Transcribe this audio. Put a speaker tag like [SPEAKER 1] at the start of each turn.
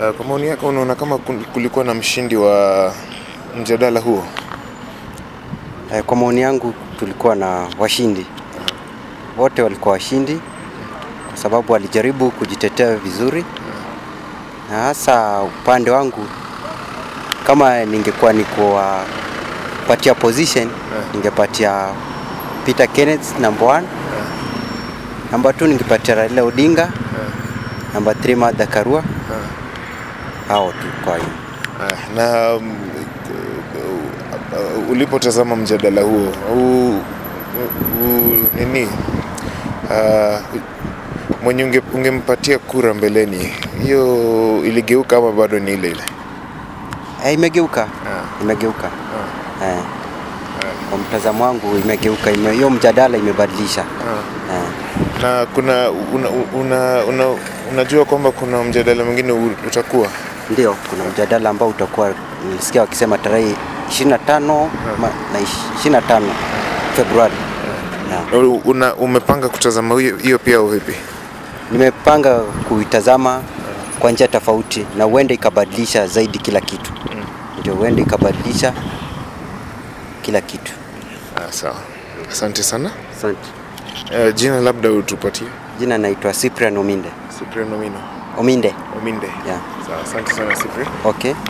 [SPEAKER 1] Uh, kwa maoni yako unaona kama kun- kulikuwa na mshindi wa mjadala huo?
[SPEAKER 2] Eh, Kwa maoni yangu tulikuwa na washindi wote, walikuwa washindi kwa sababu walijaribu kujitetea vizuri, na hasa upande wangu, kama ningekuwa nikuwapatia position, ningepatia Peter Kenneth number one, number two ningepatia Raila Odinga, number three Martha Karua. Hao tu kwa hiyo
[SPEAKER 1] Uh, na um, uh, uh, ulipotazama mjadala huo u, u, u, nini uh, mwenye unge, ungempatia kura mbeleni hiyo iligeuka ama bado ni ile ile?
[SPEAKER 2] Eh, imegeuka imegeuka eh. Kwa mtazamo wangu imegeuka, ime- hiyo mjadala imebadilisha
[SPEAKER 1] Ah.
[SPEAKER 2] eh.
[SPEAKER 1] na kuna una, una, una, unajua kwamba kuna mjadala mwingine u- utakuwa
[SPEAKER 2] Ndio, kuna mjadala ambao utakuwa, nilisikia wakisema tarehe 25 ma, na 25 Februari na
[SPEAKER 1] U- una, umepanga kutazama hiyo- hiyo pia au vipi?
[SPEAKER 2] nimepanga kuitazama kwa njia tofauti, na huenda ikabadilisha zaidi kila kitu. Ndio, huenda ikabadilisha kila kitu.
[SPEAKER 1] Ah, sawa, asante sana.
[SPEAKER 2] Asante.
[SPEAKER 1] Uh, jina labda utupatie.
[SPEAKER 2] Jina naitwa Cyprian Ominde.
[SPEAKER 1] Cyprian Omino
[SPEAKER 2] Ominde,
[SPEAKER 1] Ominde.
[SPEAKER 2] yeah.
[SPEAKER 1] Sawa, asante sana Cyprian.
[SPEAKER 2] Okay.